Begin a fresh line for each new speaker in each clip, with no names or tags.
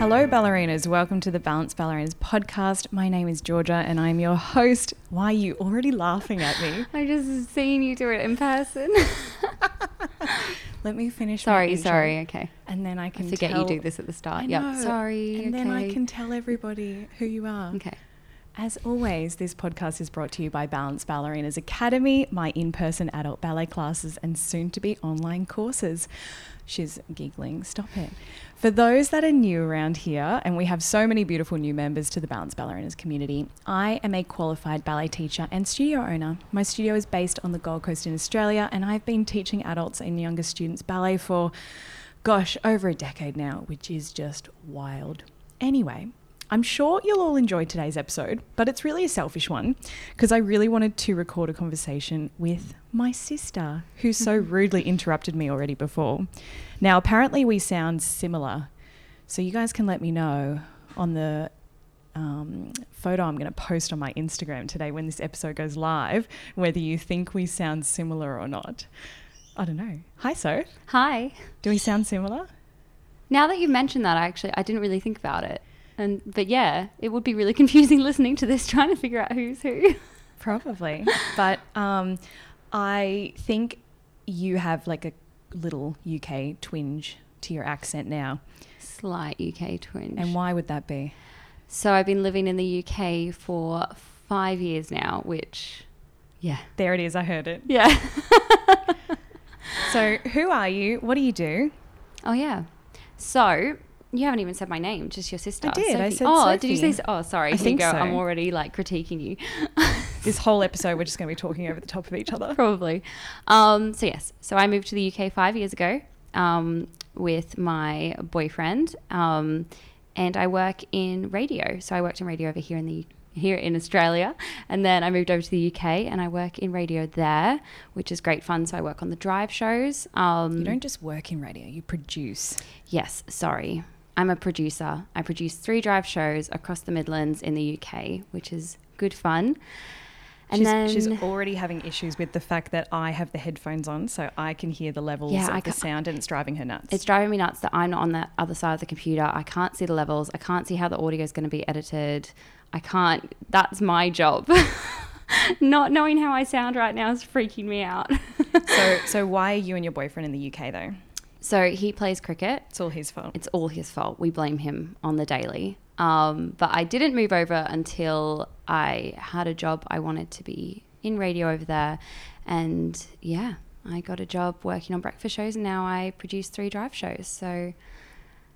ballerinas, welcome to the Balanced Ballerinas podcast. My name is Georgia and I'm your host. Why are you already laughing at me?
I just seen you do it in person.
Let me finish. my
sorry,
intro,
sorry. Okay.
And then I
I
can
forget
tell,
you do this at the start.
I
Yeah.
know,
Sorry.
And then I
okay.
can tell everybody who you are.
Okay.
As always, this podcast is brought to you by Balanced Ballerinas Academy, my in person adult ballet classes and soon to be online courses. She's giggling, stop it. For those that are new around here, and we have so many beautiful new members to the Balanced Ballerinas community, I am a qualified ballet teacher and studio owner. My studio is based on the Gold Coast in Australia, and I've been teaching adults and younger students ballet for, gosh, over a decade now, which is just wild. Anyway, I'm sure you'll all enjoy today's episode, but it's really a selfish one because I really wanted to record a conversation with my sister, who so rudely interrupted me already before. Now, apparently, we sound similar, so you guys can let me know on the um, photo I'm going to post on my Instagram today when this episode goes live whether you think we sound similar or not. I don't know. Hi, So.
Hi.
Do we sound similar?
Now that you mentioned that, I actually I didn't really think about it. And but yeah, it would be really confusing listening to this, trying to figure out who's who.
Probably. but um, I think you have like a little UK twinge to your accent now.
Slight UK twinge.
And why would that be?
so I've been living in the UK for five years now, which, yeah,
There it is. I heard it.
yeah.
So, who are you? What do you do?
Oh yeah. So you haven't even said my name, just your sister.
did, I said
oh, did you
Sophie.
say? so- Oh, sorry.
I
Here
think
you go.
so.
I'm already like critiquing you,
This whole episode, we're just going to be talking over the top of each other.
probably. Um, so yes. So I moved to the UK five years ago um, with my boyfriend, um, and I work in radio. So I worked in radio over here in the here in Australia, and then I moved over to the UK and I work in radio there, which is great fun. So I work on the drive shows. Um,
You don't just work in radio, you produce.
Yes, sorry. I'm a producer. I produce three drive shows across the Midlands in the UK, which is good fun. And
she's,
then
she's already having issues with the fact that I have the headphones on, so I can hear the levels
Yeah,
of
I
the
ca-
sound, and it's driving her nuts.
it's driving me nuts that I'm not on that other side of the computer. I can't see the levels. I can't see how the audio is going to be edited. I can't. That's my job. not knowing how I sound right now is freaking me out.
so, so why are you and your boyfriend in the UK though?
so he plays cricket.
It's all his fault.
It's all his fault. We blame him on the daily. Um, but I didn't move over until I had a job. I wanted to be in radio over there. And yeah, I got a job working on breakfast shows and now I produce three drive shows. So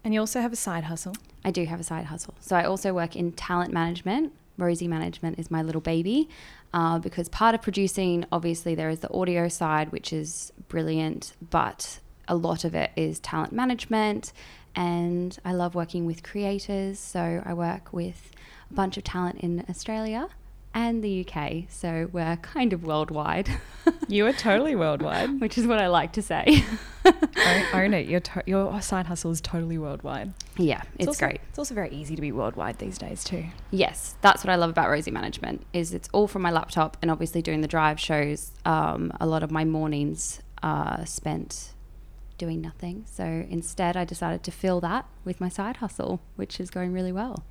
And you also have a side hustle.
I do have a side hustle. So I also work in talent management. Rosie management is my little baby uh, because part of producing, obviously, there is the audio side, which is brilliant, but a lot of it is talent management. And I love working with creators. So I work with a bunch of talent in Australia and the UK. So we're kind of worldwide,
You are totally worldwide.
which is what I like to say.
own, own it. Your to- your side hustle is totally worldwide.
yeah, it's,
also,
great.
It's also very easy to be worldwide these days too.
Yes, that's what I love about Rosie Management is it's all from my laptop and obviously doing the drive shows. Um, a lot of my mornings are spent doing nothing. So instead, I decided to fill that with my side hustle, which is going really well.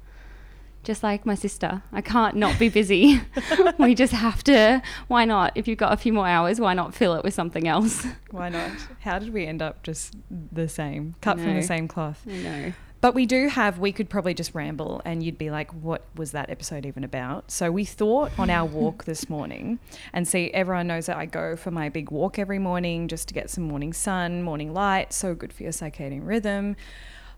Just like my sister, I can't not be busy. we just have to. Why not? If you've got a few more hours, why not fill it with something else?
Why not? How did we end up just the same, cut from
No.
the same cloth?
I know.
But we do have. We could probably just ramble, and you'd be like, "What was that episode even about?" So we thought on our walk this morning, and see, everyone knows that I go for my big walk every morning just to get some morning sun, morning light. So good for your circadian rhythm.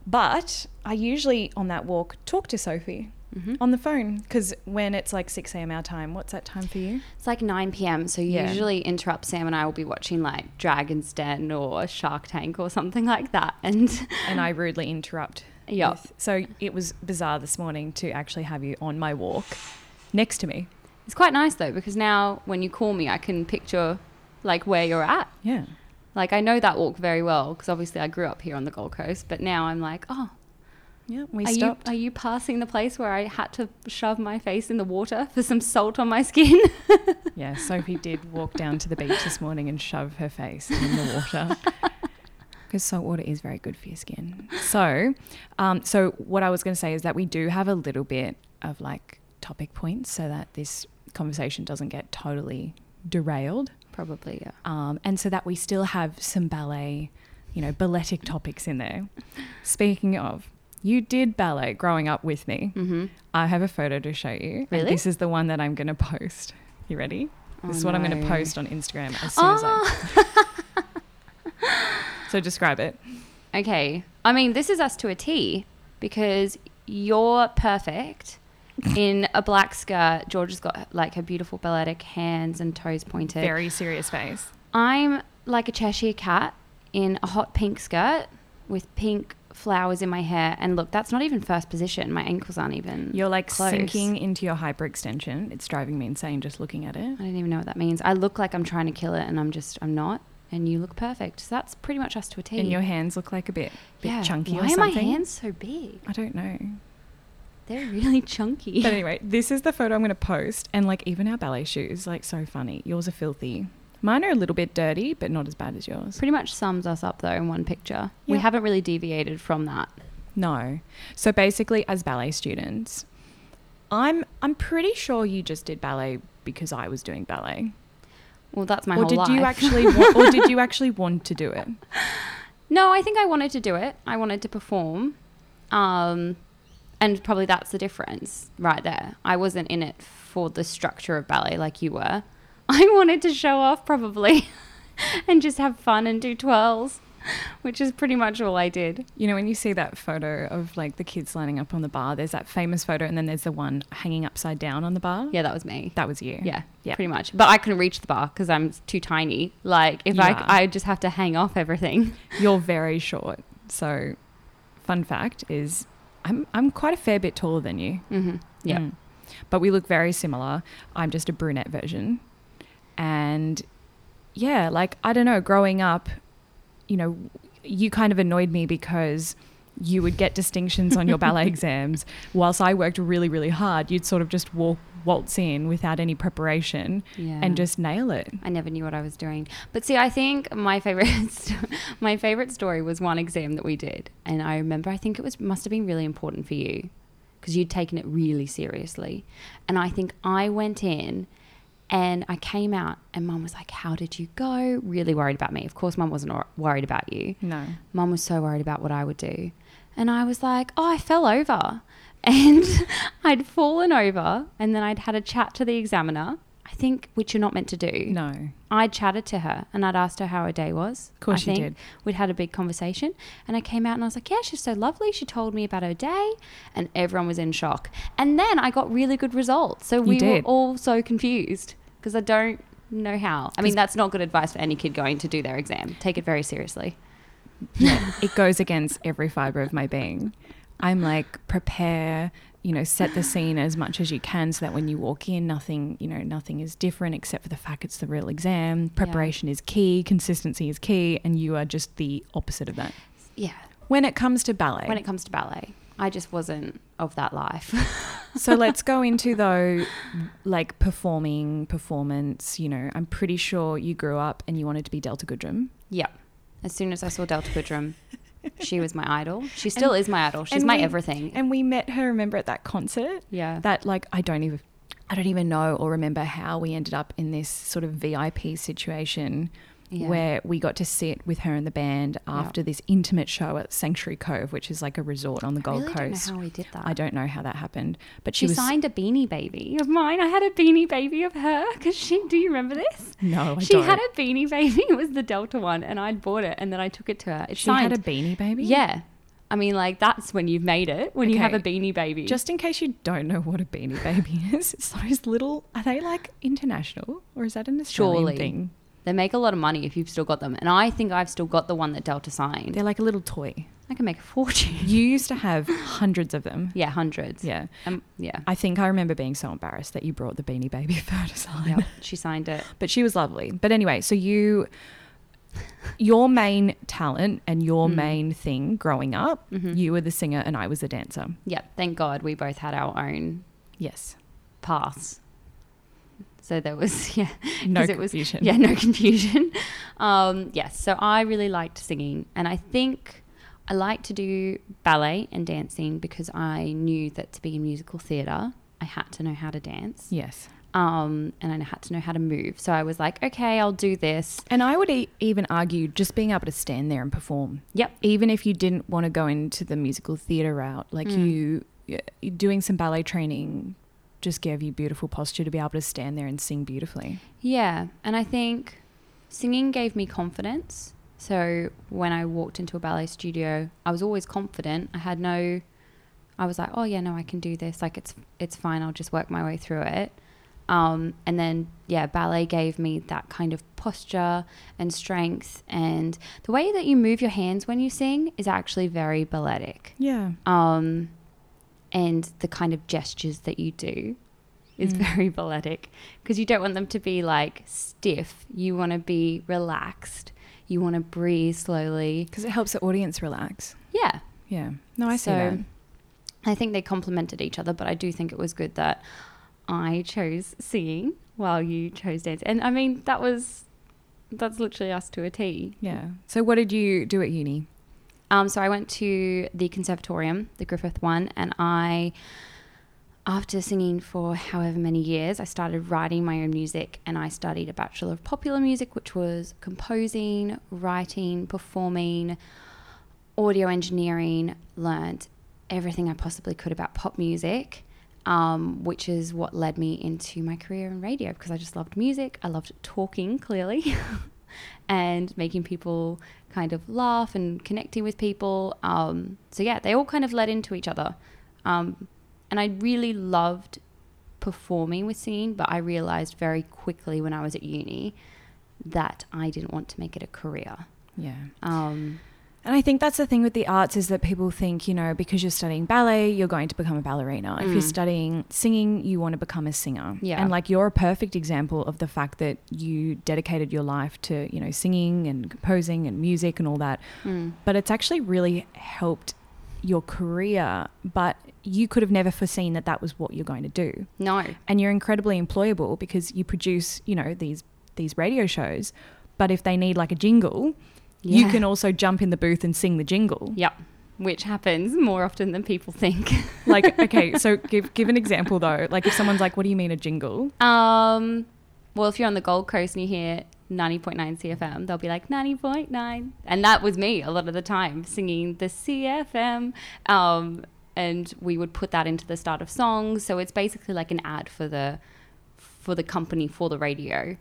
But I usually on that walk talk to Sophie.
hmm
on the phone because when it's like 6 a.m. our time, what's that time for you?
It's like 9 p.m. So
Yeah.
usually interrupt Sam and I will be watching like Dragon's Den or Shark Tank or something like that. And
And I rudely interrupt.
yeah,
with- so it was bizarre this morning to actually have you on my walk next to me.
it's quite nice though because now when you call me, I can picture like where you're at.
Yeah.
Like I know that walk very well because obviously I grew up here on the Gold Coast, but now I'm like, oh,
Yeah. We
are you,
stopped.
are you passing the place where I had to shove my face in the water for some salt on my skin?
yeah. Sophie did walk down to the beach this morning and shove her face in the water. Because salt water is very good for your skin. So, um, so what I was going to say is that we do have a little bit of like topic points so that this conversation doesn't get totally derailed.
Probably, yeah.
Um, and so that we still have some ballet, you know, balletic topics in there. Speaking of, you did ballet growing up with me.
Mm-hmm.
I have a photo to show you.
Really? Oh,
And this is the one that I'm going to post. You ready? this is what I'm going to post on Instagram as soon as I.
Oh.
so describe it.
Okay. I mean, this is us to a T because you're perfect in a black skirt. Georgia's got like her beautiful balletic hands and toes pointed.
Very serious face.
I'm like a Cheshire cat in a hot pink skirt with pink flowers in my hair. And look, that's not even first position. My ankles aren't even.
You're like
Mm, close.
sinking into your hyperextension. It's driving me insane just looking at it.
I don't even know what that means. I look like I'm trying to kill it and I'm just, I'm not. And you look perfect. So that's pretty much us to a T.
And your hands look like a bit, bit
Yeah.
chunky
Why
or something.
are my hands so big?
I don't know.
They're really chunky.
But anyway, this is the photo I'm going to post. And like even our ballet shoes, like so funny. Yours are filthy. Mine are a little bit dirty, but not as bad as yours.
Pretty much sums us up though in one picture. We
Yeah.
haven't really deviated from that.
No. So basically, as ballet students, I'm I'm pretty sure you just did ballet because I was doing ballet,
Well, that's my
or
whole
did
life.
you actually, wa- or did you actually want to do it?
No, I think I wanted to do it. I wanted to perform. Um, and probably that's the difference right there. I wasn't in it for the structure of ballet like you were. I wanted to show off probably and just have fun and do twirls, which is pretty much all I did.
You know, when you see that photo of like the kids lining up on the bar, there's that famous photo, and then there's the one hanging upside down on the bar.
Yeah, that was me.
That was you.
Yeah,
Yeah.
pretty much. But I couldn't reach the bar because I'm too tiny. Like, if
You
I,
are.
I just have to hang off everything.
You're very short. So, fun fact is, I'm I'm quite a fair bit taller than you.
Mm-hmm. Yeah.
Mm. But we look very similar. I'm just a brunette version. And yeah, like, I don't know, growing up, you know, you kind of annoyed me because you would get distinctions on your ballet exams. Whilst I worked really, really hard, you'd sort of just walk, waltz in without any preparation
Yeah.
and just nail it.
I never knew what I was doing. But see, I think my favorite st- my favorite story was one exam that we did, and I remember I think it was must have been really important for you because you'd taken it really seriously. And I think I went in and I came out and mum was like, "How did you go?" really worried about me. Of course, mum wasn't wor- worried about you.
No.
Mum was so worried about what I would do. And I was like, oh, I fell over. And I'd fallen over, and then I'd had a chat to the examiner, I think, which you're not meant to do.
No.
I chatted to her and I'd asked her how her day was.
Of course
I
you
think
did.
We'd had a big conversation and I came out and I was like, Yeah, she's so lovely. She told me about her day and everyone was in shock. And then I got really good results. So we were
did.
all so confused because I don't know how. I mean, that's not good advice for any kid going to do their exam. Take it very seriously.
Yeah, it goes against every fiber of my being. I'm like, prepare, you know, set the scene as much as you can so that when you walk in, nothing, you know, nothing is different except for the fact it's the real exam. Preparation is key, consistency is key, and you are just the opposite of that.
Yeah.
When it comes to ballet,
When it comes to ballet, I just wasn't of that life.
so let's go into though, like performing, performance. You know, I'm pretty sure you grew up and you wanted to be Delta Goodrem.
Yep. As soon as I saw Delta Goodrum, she was my idol. She still is my idol. She's
and
my
we-
everything.
And we met her, remember, at that concert?
yeah.
that like I don't even I don't even know or remember how we ended up in this sort of VIP situation
Yeah.
where we got to sit with her and the band after this intimate show at Sanctuary Cove, which is like a resort on the Gold
really don't know
Coast.
how we did that.
I don't know how that happened, but she,
She,
was
signed a beanie baby of mine. I had a beanie baby of her because she. Do you remember this?
no, I
she
don't.
had a beanie baby. It was the Delta one, and I'd bought it, and then I took it to her. It's
she
signed.
had a beanie baby.
yeah. I mean, like that's when you've made it when you have a
Okay.
beanie baby.
Just in case you don't know what a beanie baby is, it's those little. Are they like international or is that an Australian
Surely.
thing?
they make a lot of money if you've still got them, and I think I've still got the one that Delta signed.
They're like a little toy.
I can make a fortune.
You used to have hundreds of them.
yeah, hundreds.
Yeah.
Um, yeah.
I think I remember being so embarrassed that you brought the beanie baby photo sign.
Yep, she signed it.
But she was lovely. But anyway, so you your main talent and your
Mm.
main thing growing up,
Mhm.
you were the singer and I was the dancer.
Yep. Thank God we both had our own
Yes.
paths. So there was yeah,
No
'cause it was-
confusion.
yeah, no confusion. Um, yes, so I really liked singing, and I think I like to do ballet and dancing because I knew that to be in musical theatre, I had to know how to dance,
Yes.
um, and I had to know how to move. So I was like, okay, I'll do this.
And I would e- even argue just being able to stand there and perform.
Yep.
Even if you didn't want to go into the musical theatre route, like
Mm.
you you doing some ballet training just gave you beautiful posture to be able to stand there and sing beautifully.
Yeah, and I think singing gave me confidence. So when I walked into a ballet studio, I was always confident. I had no I was like, "Oh yeah, no, I can do this. Like it's it's fine. I'll just work my way through it." Um, and then yeah, ballet gave me that kind of posture and strength and the way that you move your hands when you sing is actually very balletic
Yeah.
um, and the kind of gestures that you do is
Mm.
very balletic because you don't want them to be like stiff. You want to be relaxed. You want to breathe slowly.
Because it helps the audience relax.
Yeah.
Yeah. No, I see
So-
that.
I think they complemented each other, but I do think it was good that I chose singing while you chose dance. And I mean, that was, that's literally us to a T.
Yeah. So what did you do at uni?
Um, so I went to the conservatorium, the Griffith one, and I, after singing for however many years, I started writing my own music and I studied a Bachelor of Popular Music, which was composing, writing, performing, audio engineering, learnt everything I possibly could about pop music. Um, which is what led me into my career in radio because I just loved music. I loved talking clearly and making people kind of laugh and connecting with people. Um, so yeah, they all kind of led into each other. Um, and I really loved performing with singing, but I realized very quickly when I was at uni that I didn't want to make it a career.
Yeah.
Um,
And I think that's the thing with the arts is that people think, you know, because you're studying ballet, you're going to become a ballerina. If you're
Mm.
studying singing, you want to become a singer.
Yeah.
And like you're a perfect example of the fact that you dedicated your life to, you know, singing and composing and music and all that.
mm,
But it's actually really helped your career, but you could have never foreseen that that was what you're going to do
no.
and you're incredibly employable because you produce you know these these radio shows but if they need like a jingle you
Yeah.
can also jump in the booth and sing the jingle
Yep. Which happens more often than people think.
like okay so give give an example though like if someone's like what do you mean a jingle
Um, well, if you're on the Gold Coast and you hear 90.9 CFM, they'll be like 90.9. And that was me a lot of the time singing the CFM. Um, and we would put that into the start of songs. So it's basically like an ad for the for the company for the radio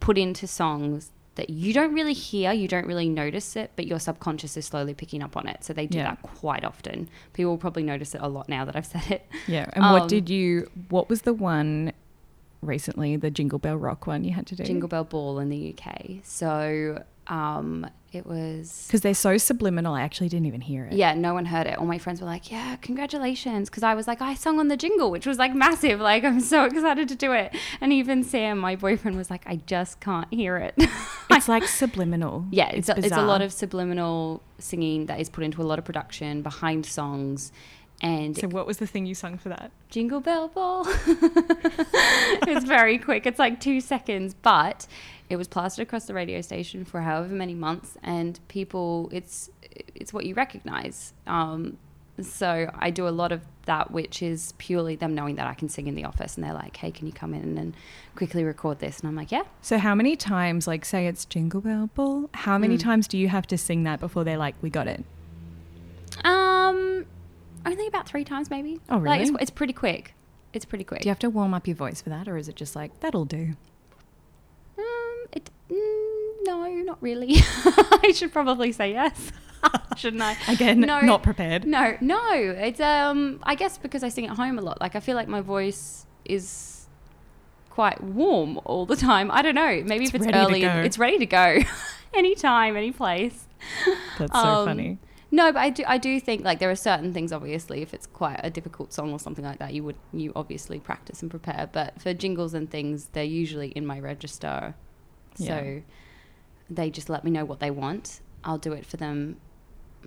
put into songs that you don't really hear, you don't really notice it, but your subconscious is slowly picking up on it. So they do
Yeah.
that quite often. People will probably notice it a lot now that I've said it.
yeah and what
Um,
did you what was the one recently the jingle bell rock one you had to do
Jingle Bell Ball in the UK. So um, it was.
because they're so subliminal i actually didn't even hear it
Yeah, no one heard it. All my friends were like, "Yeah, congratulations!" Because I was like, I sung on the jingle, which was like massive. Like, I'm so excited to do it. And even Sam, my boyfriend, was like, "I just can't hear it."
it's like subliminal
yeah, it's a, it's a
bizarre.
lot of subliminal singing that is put into a lot of production behind songs, and
so what was the thing you sung for that
jingle bell ball. it's very quick. It's like two seconds, but it was plastered across the radio station for however many months, and people, it's it's what you recognize. Um, so I do a lot of that, which is purely them knowing that I can sing in the office, and they're like, "Hey, can you come in and quickly record this?" And I'm like, "Yeah."
So how many times, like say it's Jingle Bell Ball, how many
Mm.
times do you have to sing that before they're like, we got it?
Um, only about three times, maybe.
Oh,
Like, it's,
really?
it's pretty quick. It's pretty quick.
Do you have to warm up your voice for that or is it just like, that'll do?
Um, it, mm, no, not really. I should probably say yes, shouldn't I?
Again,
No.
not prepared.
No, no. It's um, I guess because I sing at home a lot. Like I feel like my voice is quite warm all the time. I don't know. Maybe
It's
if it's
ready to
early,
go.
it's ready to go, anytime, any place.
That's so
Um,
funny.
No, but I do. I do think like there are certain things. Obviously, if it's quite a difficult song or something like that, you would you obviously practice and prepare. But for jingles and things, they're usually in my register, so
Yeah.
they just let me know what they want. I'll do it for them.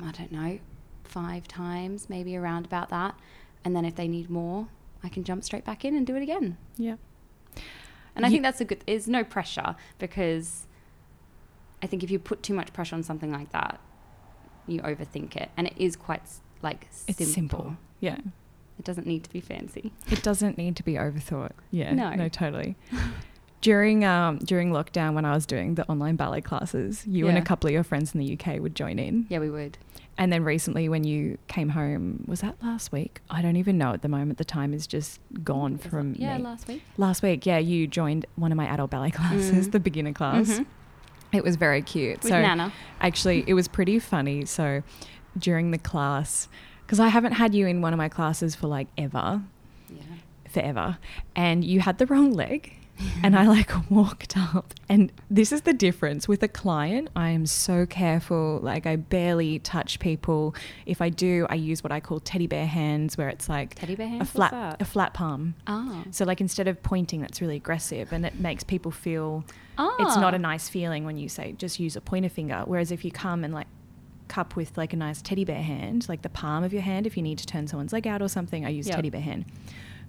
I don't know, five times, maybe around about that, and then if they need more, I can jump straight back in and do it again.
Yeah.
And I
Ye-
think that's a good, there's no pressure because I think if you put too much pressure on something like that, you overthink it. And it is quite s- like
It's
simple.
simple. Yeah.
It doesn't need to be fancy.
It doesn't need to be overthought. Yeah.
No.
No, totally. During um, during lockdown, when I was doing the online ballet classes, you and a
Yeah.
couple of your friends in the UK would join in.
Yeah, we would.
And then recently, when you came home, was that last week? I don't even know at the moment. The time is just gone
Was it-
from
Yeah,
me.
last week.
last week, yeah, you joined one of my adult ballet classes,
Mm.
the beginner class.
Mhm.
It was very cute.
With
so
Nana.
actually, it was pretty funny. So during the class, because I haven't had you in one of my classes for like ever,
Yeah.
forever, and you had the wrong leg. And I like walked up, and this is the difference with a client. I am so careful. Like, I barely touch people. If I do, I use what I call teddy bear hands, where it's like
Teddy bear hands.
a
what's
flat,
that?
a flat palm.
Ah.
So, like, instead of pointing, that's really aggressive and it makes people feel
ah.
it's not a nice feeling when you say just use a pointer finger. Whereas if you come and like cup with like a nice teddy bear hand, like the palm of your hand, if you need to turn someone's leg out or something, I use
Yep.
teddy bear hand.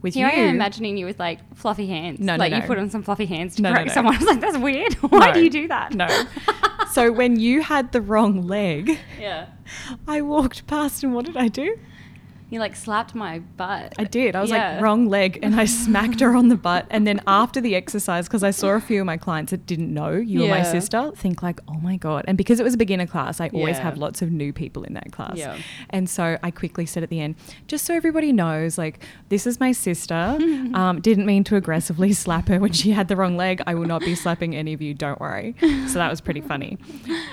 With
Here
you,
I am imagining you with like fluffy hands.
No, no,
like
no.
you put on some fluffy hands to
No, no,
correct
no.
someone. I was like, that's weird. Why do you do that?
No. so when you had the wrong leg,
yeah,
I walked past and what did I do?
you like slapped my butt.
I did. I was
Yeah.
like, wrong leg. And I smacked her on the butt. And then after the exercise, because I saw a few of my clients that didn't know you were my
Yeah.
sister, think like, oh my God. And because it was a beginner class, I always
Yeah.
have lots of new people in that class.
Yeah.
And so I quickly said at the end, just so everybody knows, like, this is my sister. um, didn't mean to aggressively slap her when she had the wrong leg. I will not be slapping any of you. Don't worry. So that was pretty funny.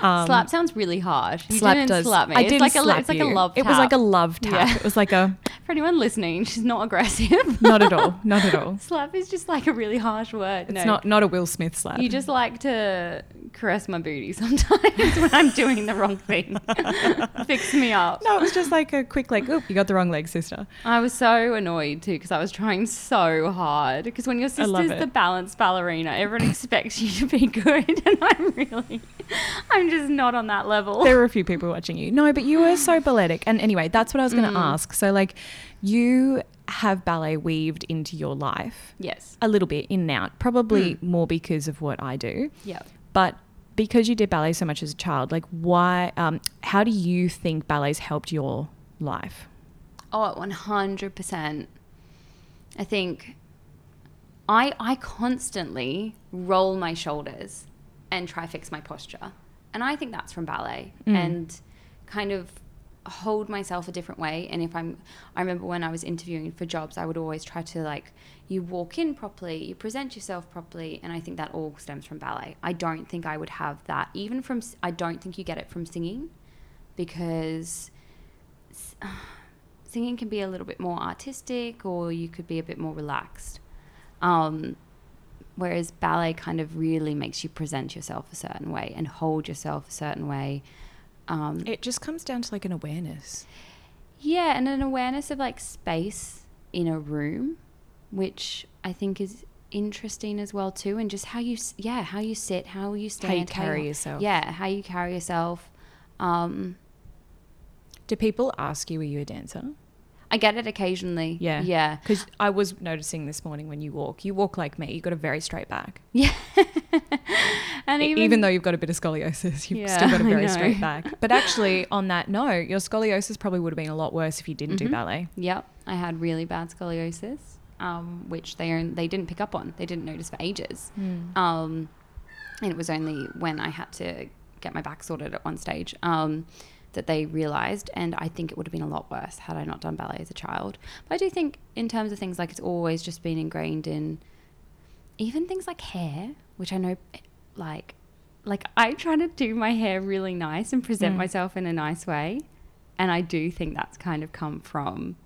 Um,
slap sounds really harsh. You
slap
didn't
does-
slap me.
I
it's
didn't
like a,
slap
It's like a
you.
love.
It was like a
tap.
love tap.
Yeah.
It was like a
For anyone listening, she's not aggressive.
not at all, not at all.
slap is just like a really harsh word.
It's
no.
not not a Will Smith slap.
You just like to caress my booty sometimes when I'm doing the wrong thing. Fix me up.
No, it was just like a quick like, oop, you got the wrong leg, sister.
I was so annoyed too because I was trying so hard. Because when your
I love
sister's the
it.
balance ballerina, everyone expects you to be good, and I'm really, I'm just not on that level.
There were a few people watching you. No, but you were so balletic. And anyway, that's what I was going to
Mm.
ask. So like, you have ballet weaved into your life
yes.
a little bit in and out, probably
Mm.
more because of what I do,
Yep.
but. Because you did ballet so much as a child, like why? Um, how do you think ballet's helped your life?
Oh, 100%. I think I I constantly roll my shoulders and try fix my posture. And I think that's from ballet and kind of hold myself a different way and if I'm I remember when I was interviewing for jobs I would always try to like you walk in properly, you present yourself properly and I think that all stems from ballet. I don't think I would have that even from s- I don't think you get it from singing because s- singing can be a little bit more artistic or you could be a bit more relaxed. Um, whereas ballet kind of really makes you present yourself a certain way and hold yourself a certain way. Um,
It just comes down to like an awareness.
yeah, and an awareness of like space in a room, which I think is interesting as well too, and just how you s- yeah how you sit, how you stand,
carry yourself.
Yeah, how you carry yourself. Um,
Do people ask you, are you a dancer?
I get it occasionally.
Yeah.
yeah.
Because I was noticing this morning when you walk, you walk like me. You've got a very straight back.
And
E- even, though you've got a bit of scoliosis, you've still
Yeah,
got a
I
very
know.
straight back. But actually, on that note, your scoliosis probably would have been a lot worse if you didn't
Mm-hmm.
do ballet.
Yep, I had really bad scoliosis, um, which they own- they didn't pick up on. They didn't notice for ages, um, and it was only when I had to get my back sorted at one stage um, that they realized. And I think it would have been a lot worse had I not done ballet as a child. But I do think, in terms of things like it's always just been ingrained in, even things like hair, which I know, like, like I try to do my hair really nice and present
Mm.
myself in a nice way. And I do think that's kind of come from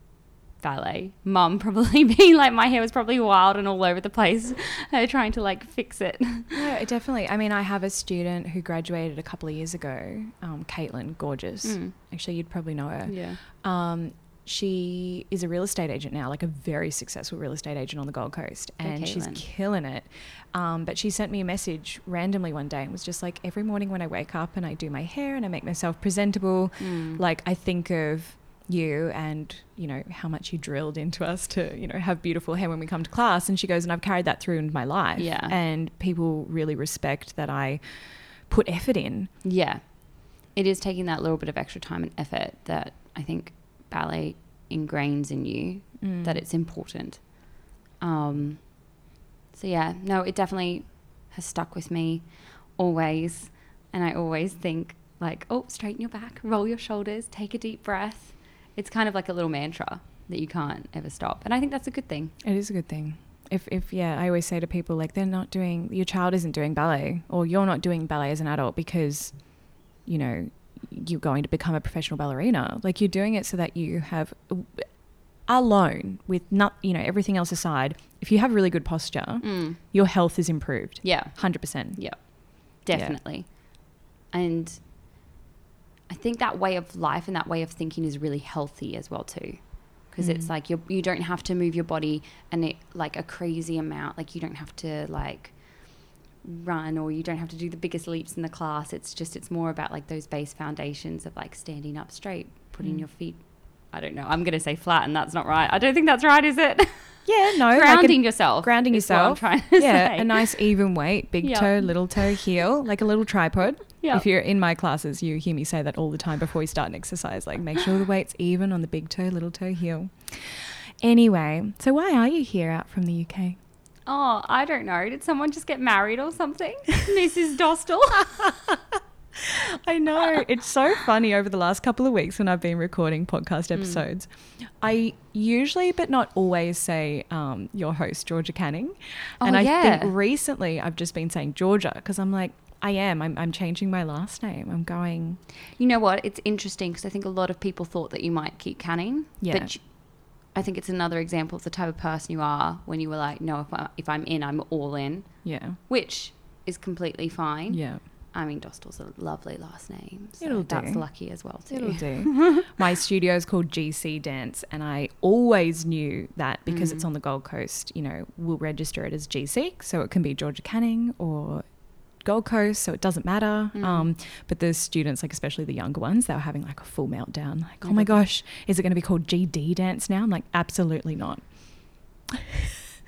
ballet. Mum probably being like, my hair was probably wild and all over the place, her trying to like fix it.
Yeah, definitely. I mean, I have a student who graduated a couple of years ago, um, Caitlin, gorgeous.
Mm.
Actually, you'd probably know her.
Yeah.
Um, she is a real estate agent now, like a very successful real estate agent on the Gold Coast,
Go
and she's
Caitlin.
killing it. Um, but she sent me a message randomly one day and was just like, Mm. every morning when I wake up and I do my hair and I make myself presentable, like I think of you and you know how much you drilled into us to you know have beautiful hair when we come to class and she goes and I've carried that through in my life
Yeah.
and people really respect that I put effort in
Yeah. It is taking that little bit of extra time and effort that I think ballet ingrains in you
Mm.
that it's important. Um, so, yeah, no, it definitely has stuck with me always. And I always think, like, oh, straighten your back, roll your shoulders, take a deep breath. It's kind of like a little mantra that you can't ever stop. And I think that's a good thing.
It is a good thing. If, if yeah, I always say to people like they're not doing your child isn't doing ballet or you're not doing ballet as an adult because you know you're going to become a professional ballerina. Like you're doing it so that you have alone with not you know everything else aside. If you have really good posture,
Mm.
your health is improved.
Yeah.
Hundred percent.
Yeah,
Yeah.
definitely. And I think that way of life and that way of thinking is really healthy as well too, because it's
Mm.
like you you don't have to move your body and it like a crazy amount. Like you don't have to like run or you don't have to do the biggest leaps in the class. It's just it's more about like those base foundations of like standing up straight, putting
Mm.
your feet. I don't know. I'm gonna say flat, and that's not right. I don't think that's right, is it?
Yeah, no, like a-
grounding yourself.
grounding
is what I'm
yourself.
trying to
yeah,
say.
a nice even weight, big
Yeah.
toe, little toe, heel, like a little tripod.
Yeah.
If you're in my classes, you hear me say that all the time before you start an exercise. Like, make sure the weight's even on the big toe, little toe, heel. Anyway, so why are you here out from the UK?
Oh, I don't know. Did someone just get married or something? Mrs. Dostal?
I know. It's so funny over the last couple of weeks when I've been recording
Hmm.
podcast episodes. I usually, but not always, say um, your host, Georgia Canning.
Oh,
and I
yeah.
think recently I've just been saying Georgia because I'm like, I am. I'm, I'm changing my last name. I'm going.
You know what? It's interesting because I think a lot of people thought that you might keep canning.
Yeah.
But you- I think it's another example of the type of person you are when you were like, no, if, I, if I'm in, I'm all in,
Yeah.
which is completely fine.
Yeah.
I mean, Dostal's a lovely last name. So
It'll
that's
do.
lucky as well, too.
It'll do. My studio is called GC Dance, and I always knew that because it's on the Gold Coast, you know, we'll register it as GC. So it can be Georgia Canning or Gold Coast, so it doesn't matter. Um, but the students, like especially the younger ones, they were having like a full meltdown. Like, oh my gosh, is it going to be called GD Dance now? I'm like, absolutely not.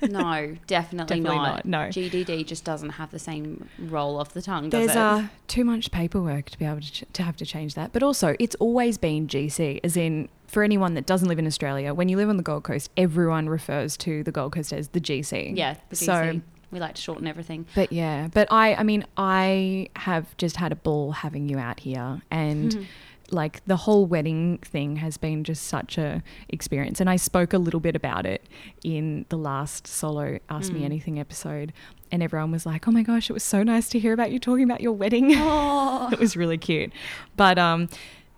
No, definitely,
Definitely not,
not.
no.
GDD just doesn't have the same roll off the tongue, does
There's
it?
uh, too much paperwork to be able to, ch- to have to change that. But also, it's always been GC, as in, for anyone that doesn't live in Australia, when you live on the Gold Coast, everyone refers to the Gold Coast as the GC.
yeah, the GC.
So,
we like to shorten everything.
but yeah, but I, I mean, I have just had a ball having you out here and.
Mm-hmm.
Like the whole wedding thing has been just such a experience, and I spoke a little bit about it in the last solo Ask
Mm.
Me Anything episode, and everyone was like, "Oh my gosh, it was so nice to hear about you talking about your wedding."
Oh.
it was really cute. But um,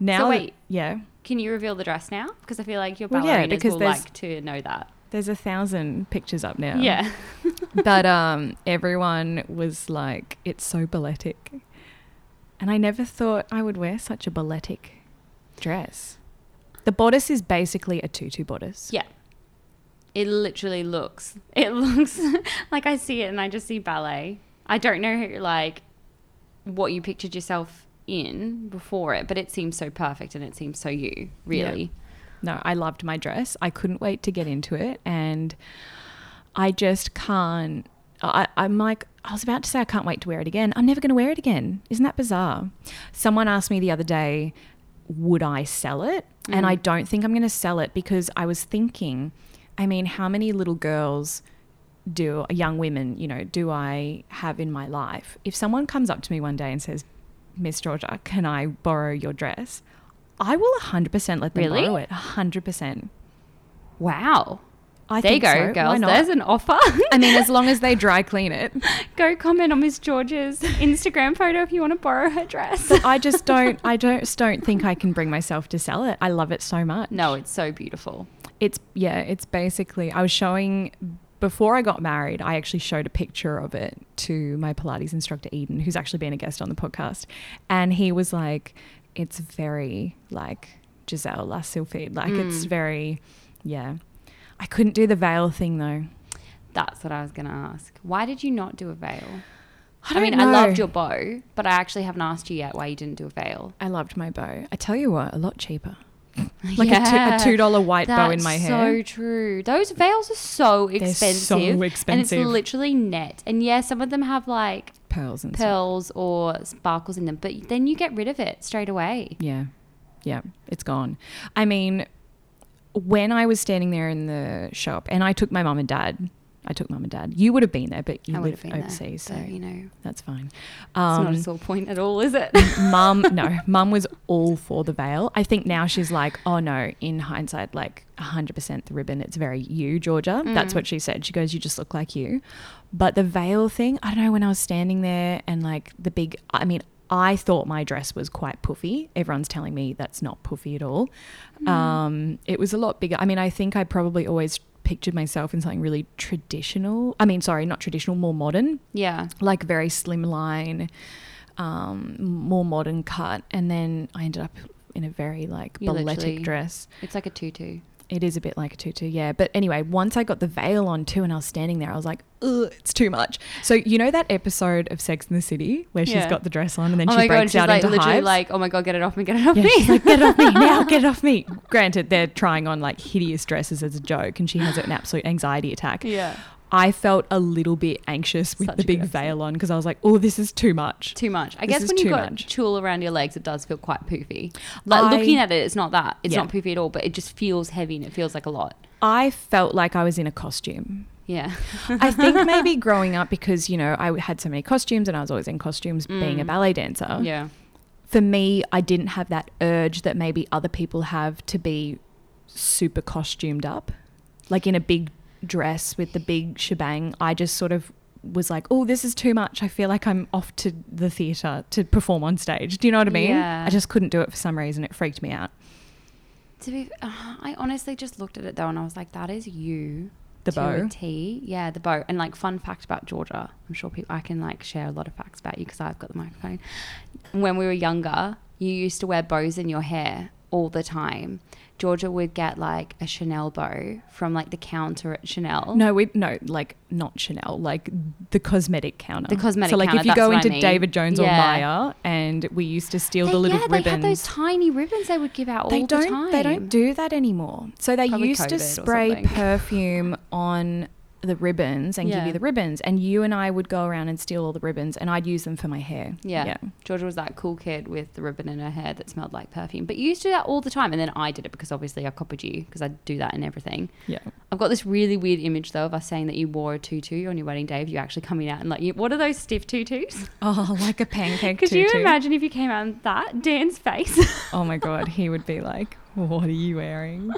now,
So wait.
yeah,
Can you reveal the dress now? Because I feel like your ballerinas
Well, yeah, because
will
there's-
like to know that.
there's a thousand pictures up now.
Yeah.
but um, everyone was like, "It's so balletic," and I never thought I would wear such a balletic dress. The bodice is basically a tutu bodice.
Yeah. It literally looks. It looks like I see it and I just see ballet. I don't know who, like what you pictured yourself in before it, but it seems so perfect and it seems so you, really.
No, I loved my dress. I couldn't wait to get into it. And I just can't. I, I'm like, I was about to say, I can't wait to wear it again. I'm never going to wear it again. Isn't that bizarre? Someone asked me the other day, would I sell it? And I don't think I'm going to sell it because I was thinking, I mean, how many little girls do, young women, you know, do I have in my life? If someone comes up to me one day and says, Miss Georgia, can I borrow your dress? I will 100% let them
Really?
borrow it. 100%.
Wow.
I
there you
think
go,
so. Why
girls.
not?
There's an offer.
I mean, as long as they dry clean it.
go comment on Miss George's Instagram photo if you want to borrow her dress.
But I just don't. I just don't think I can bring myself to sell it. I love it so much.
No, it's so beautiful.
it's yeah. It's basically. I was showing before I got married. I actually showed a picture of it to my Pilates instructor Eden, who's actually been a guest on the podcast, and he was like, "It's very like Giselle La Sylphide. Like it's
Mm.
very, yeah." I couldn't do the veil thing though.
That's what I was going to ask. Why did you not do a veil?
I
I,
don't
mean,
know.
I loved your bow, but I actually haven't asked you yet why you didn't do a veil.
I loved my bow. I tell you what, a lot cheaper. like a
Yeah.
a, t- a $2 white bow in
That's
my hair.
So true. Those veils are so expensive.
so
And it's
expensive.
literally net. And yeah, some of them have like
Pearls and stuff.
pearls or sparkles in them, but then you get rid of it straight away.
Yeah. Yeah. It's gone. I mean, when I was standing there in the shop and I took my mum and dad, I took mum and dad. You would have been there, but you
I would have
live
been
overseas,
there, but,
so
you know,
that's fine.
it's
Um,
not a sore point at all, is it?
mum no mum was all for the veil i think now she's like oh no in hindsight like 100% the ribbon it's very you georgia that's what she said she goes you just look like you but the veil thing i don't know when i was standing there and like the big i mean i thought my dress was quite puffy everyone's telling me that's not puffy at all um, it was a lot bigger i mean i think i probably always pictured myself in something really traditional i mean sorry not traditional more modern
yeah.
like very slim line, um, more modern cut. And then I ended up in a very like
You literally-
balletic dress.
It's like a tutu.
It is a bit like a tutu, yeah. But anyway, once I got the veil on too and I was standing there, I was like, ugh, it's too much. So you know that episode of Sex in the City where she's
Yeah.
got the dress on and then
oh
she
my god,
breaks
she's
out
like
into
literally
hives?
like, oh my god, get it off me, get it off
Yeah,
me.
she's like, get it off me now, get it off me. Granted, they're trying on like hideous dresses as a joke and she has an absolute anxiety attack.
yeah.
I felt a little bit anxious with
Such
the
a good
big
episode.
veil on because I was like, oh, this is too much.
Too much. I
This
guess
is
when you've
too
got
much.
tulle around your legs, it does feel quite poofy. Like
I-
looking at it, it's not that. It's
Yeah.
not poofy at all, but it just feels heavy and it feels like a lot.
I felt like I was in a costume.
Yeah.
I think maybe growing up because, you know, I had so many costumes and I was always in costumes being a
Mm.
ballet dancer.
yeah.
For me, I didn't have that urge that maybe other people have to be super costumed up, like in a big dress with the big shebang. I just sort of was like, oh, this is too much. I feel like I'm off to the theatre to perform on stage. Do you know what I mean?
Yeah.
I just couldn't do it for some reason. It freaked me out.
To be, uh, I honestly just looked at it though, and I was like, "That is you."
The
to
bow.
a T. Yeah, the bow. And like, fun fact about Georgia. I'm sure people. I can like share a lot of facts about you because I've got the microphone. When we were younger, you used to wear bows in your hair all the time. Georgia would get like a Chanel bow from like the counter at Chanel.
No, we no like not Chanel, like the cosmetic counter.
The cosmetic
So like if
counter,
you go
that's what I
into
mean.
David Jones or
Yeah.
Maya, and we used to steal
They-
the little
yeah,
ribbons.
they had those tiny ribbons they would give out
They
all
don't.
the time.
They don't do that anymore. So they
Probably
used
COVID or
to spray
something.
perfume on the ribbons and give
Yeah.
you the ribbons, and you and I would go around and steal all the ribbons, and I'd use them for my hair.
Yeah. Georgia was that cool kid with the ribbon in her hair that smelled like perfume. But you used to do that all the time. And then I did it because obviously I copied you because I do that in everything.
yeah,
I've got this really weird image though of us saying that you wore a tutu on your wedding day of you actually coming out and like, you, what are those stiff tutus?
Oh, like a pancake
Could you
tutu.
imagine if you came out in that, Dan's face
Oh my god, he would be like, "What are you wearing?"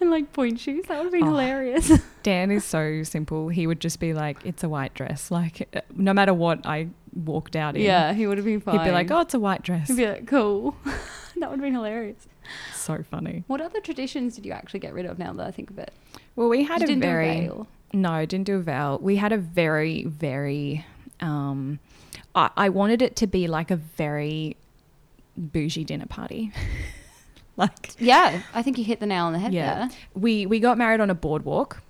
and like point shoes? That would have been
Oh.
hilarious.
Dan is so simple. He would just be like, "It's a white dress." Like uh, no matter what I walked out in,
Yeah, he would have been fine.
he'd be like, "Oh, it's a white dress."
He'd be like, cool. that would have been hilarious.
so funny.
What other traditions did you actually get rid of now that I think of it?
Well, we had
You
a
didn't do
very
veil.
no, didn't do a veil. We had a very very. Um, I, I wanted it to be like a very bougie dinner party, like
Yeah, I think you hit the nail on the head
Yeah.
there.
we we got married on a boardwalk.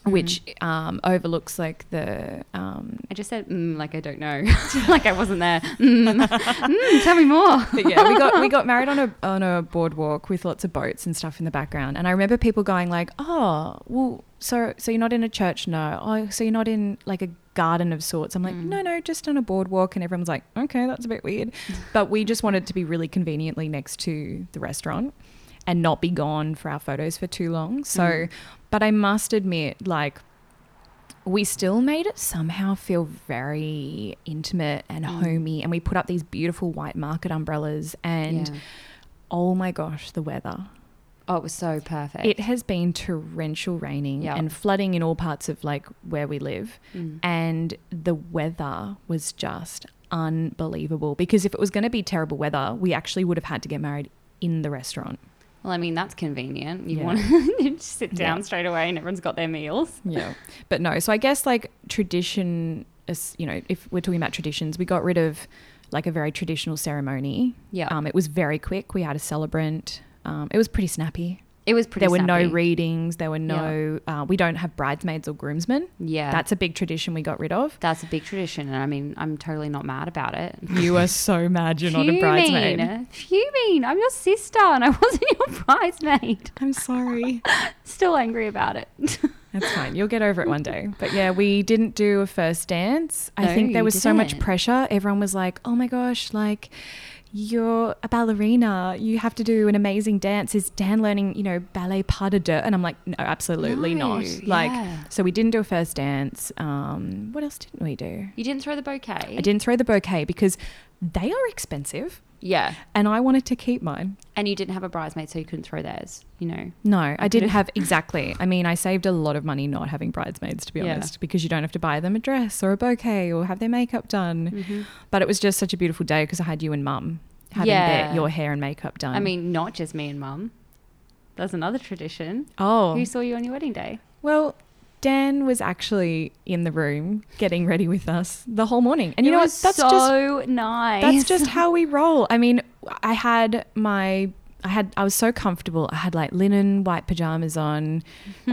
Mm-hmm.
Which um, overlooks like the um,
I just said, mm, like, I don't know. like, I wasn't there. Mm. Mm, tell me more.
But yeah, we got we got married on a on a boardwalk with lots of boats and stuff in the background. And I remember people going like, "Oh, well, so so you're not in a church, no? Oh, so you're not in like a garden of sorts?" I'm like, "No, no, just on a boardwalk." And everyone's like, "Okay, that's a bit weird," but we just wanted to be really conveniently next to the restaurant and not be gone for our photos for too long. So, but I must admit, like. We still made it somehow feel very intimate and
Mm.
homey, and we put up these beautiful white market umbrellas. And
Yeah.
oh my gosh, the weather!
Oh, it was so perfect.
It has been torrential raining
Yeah.
and flooding in all parts of like where we live,
Mm.
and the weather was just unbelievable. Because if it was going to be terrible weather, we actually would have had to get married in the restaurant.
Well, I mean, that's convenient. You
Yeah.
want to sit
Yeah.
down straight away and everyone's got their meals.
Yeah. But no, so I guess like tradition, is- you know, if we're talking about traditions, we got rid of like a very traditional ceremony.
Yeah.
Um, it Um, was very quick. We had a celebrant. Um, it was pretty snappy.
It was pretty.
there were
snappy.
no readings. There were no. Uh, we don't have bridesmaids or groomsmen.
Yeah, that's
That's a big tradition we got rid of.
that's a big tradition, and I mean, I'm totally not mad about it.
You are so mad you're not a
Fuming.
bridesmaid.
Fuming. I'm your sister, and I wasn't your bridesmaid.
I'm sorry.
Still angry about it.
That's fine. You'll get over it one day. But yeah, we didn't do a first dance. I
No,
think there
you
was so much
didn't.
pressure. Everyone was like, oh my gosh, like you're a ballerina. You have to do an amazing dance. Is Dan learning, you know, ballet pas de deux? And I'm like, no, absolutely
No,
not. Like,
yeah.
so we didn't do a first dance. Um, what else didn't we do?
you didn't throw the bouquet.
I didn't throw the bouquet because they are expensive
Yeah,
and I wanted to keep mine.
and you didn't have a bridesmaid, so you couldn't throw theirs. You know.
No, I didn't have exactly. I mean, I saved a lot of money not having bridesmaids, to be
Yeah.
honest, because you don't have to buy them a dress or a bouquet or have their makeup done.
Mhm.
But it was just such a beautiful day because I had you and mum having
Yeah.
their, your hair and makeup done.
I mean, not just me and mum. That's another tradition.
oh,
Who saw you on your wedding day?
well, Dan was actually in the room getting ready with us the whole morning. And you
It
know what?
was
That's
so
just
nice.
That's just how we roll. I mean, I had my I had I was so comfortable. I had like linen white pajamas on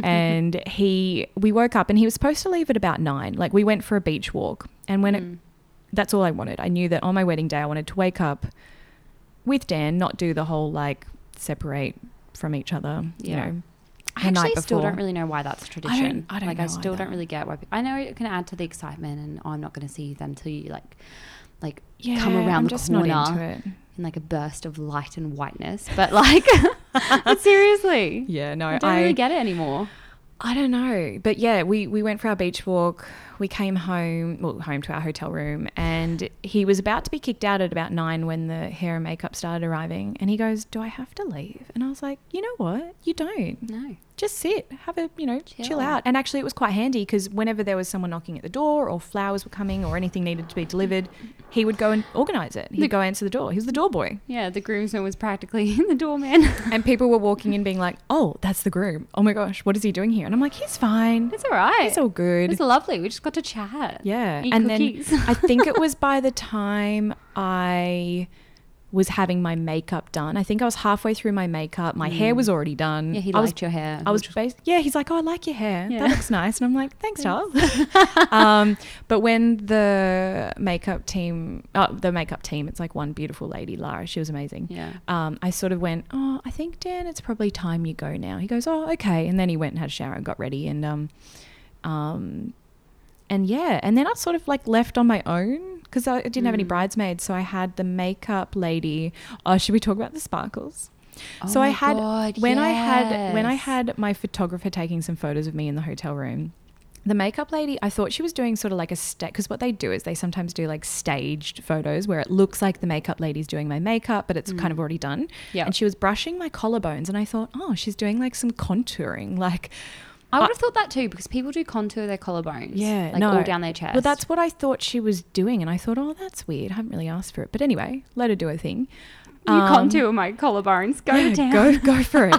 and he we woke up and he was supposed to leave at about 9. Like we went for a beach walk and when it,
Mm.
that's all I wanted. I knew that on my wedding day I wanted to wake up with Dan, not do the whole like separate from each other,
Yeah.
you know.
I
the night
actually still
before.
don't really know why that's a tradition.
I don't
like I
know
still don't
either.
really get why. pe- I know it can add to the excitement, and oh, I'm not going to see them till you like, like
yeah,
come around
I'm
the
just
corner
not into it.
in like a burst of light and whiteness. But like, but seriously,
Yeah, no,
I don't really get it anymore.
I don't know, but yeah, we we went for our beach walk. We came home, well, home to our hotel room, and he was about to be kicked out at about nine when the hair and makeup started arriving. And he goes, "Do I have to leave?" And I was like, "You know what? You don't.
No.
Just sit, have a you know, chill,
Chill.
out." And actually, it was quite handy because whenever there was someone knocking at the door, or flowers were coming, or anything needed to be delivered, he would go and organize it. He'd
The-
go answer the door. He was the door boy.
Yeah, the groomsman was practically the doorman.
And people were walking in being like, oh, that's the groom. Oh my gosh, what is he doing here? And I'm like, he's fine.
it's all right.
It's all good.
It's lovely. We just got to chat.
Yeah.
Eat
and
cookies.
then I think it was by the time I was having my makeup done. I think I was halfway through my makeup. My hair was already done.
Mm. Yeah, he
I was,
liked your hair.
I was
which
bas- yeah, he's like, "Oh, I like your hair.
Yeah.
That looks nice." And I'm like, "Thanks, darling." um, but when the makeup team, oh, the makeup team, it's like one beautiful lady, Lara. She was amazing.
Yeah.
Um, I sort of went, "Oh, I think Dan, it's probably time you go now." He goes, "Oh, okay." And then he went and had a shower and got ready and um, um, and yeah, and then I sort of like left on my own because I didn't have any
Mm.
bridesmaids, so I had the makeup lady. Oh, should we talk about the sparkles?
Oh
so I
my
had
God,
when I had when I
yes.
had my photographer taking some photos of me in the hotel room. The makeup lady, I thought she was doing sort of like a step because what they do is they sometimes do like staged photos where it looks like the makeup lady's doing my makeup, but it's kind of already done.
Mm. Yeah.
And she was brushing my collarbones, and I thought, oh, she's doing like some contouring, like
I would have thought that too because people do contour their collarbones.
yeah,
like
no.
all down their chest.
Well, that's what I thought she was doing, and I thought, oh, that's weird. I haven't really asked for it, but anyway, let her do her thing.
you
Um,
contour my collarbones. Go
yeah,
to town.
Go, go for it.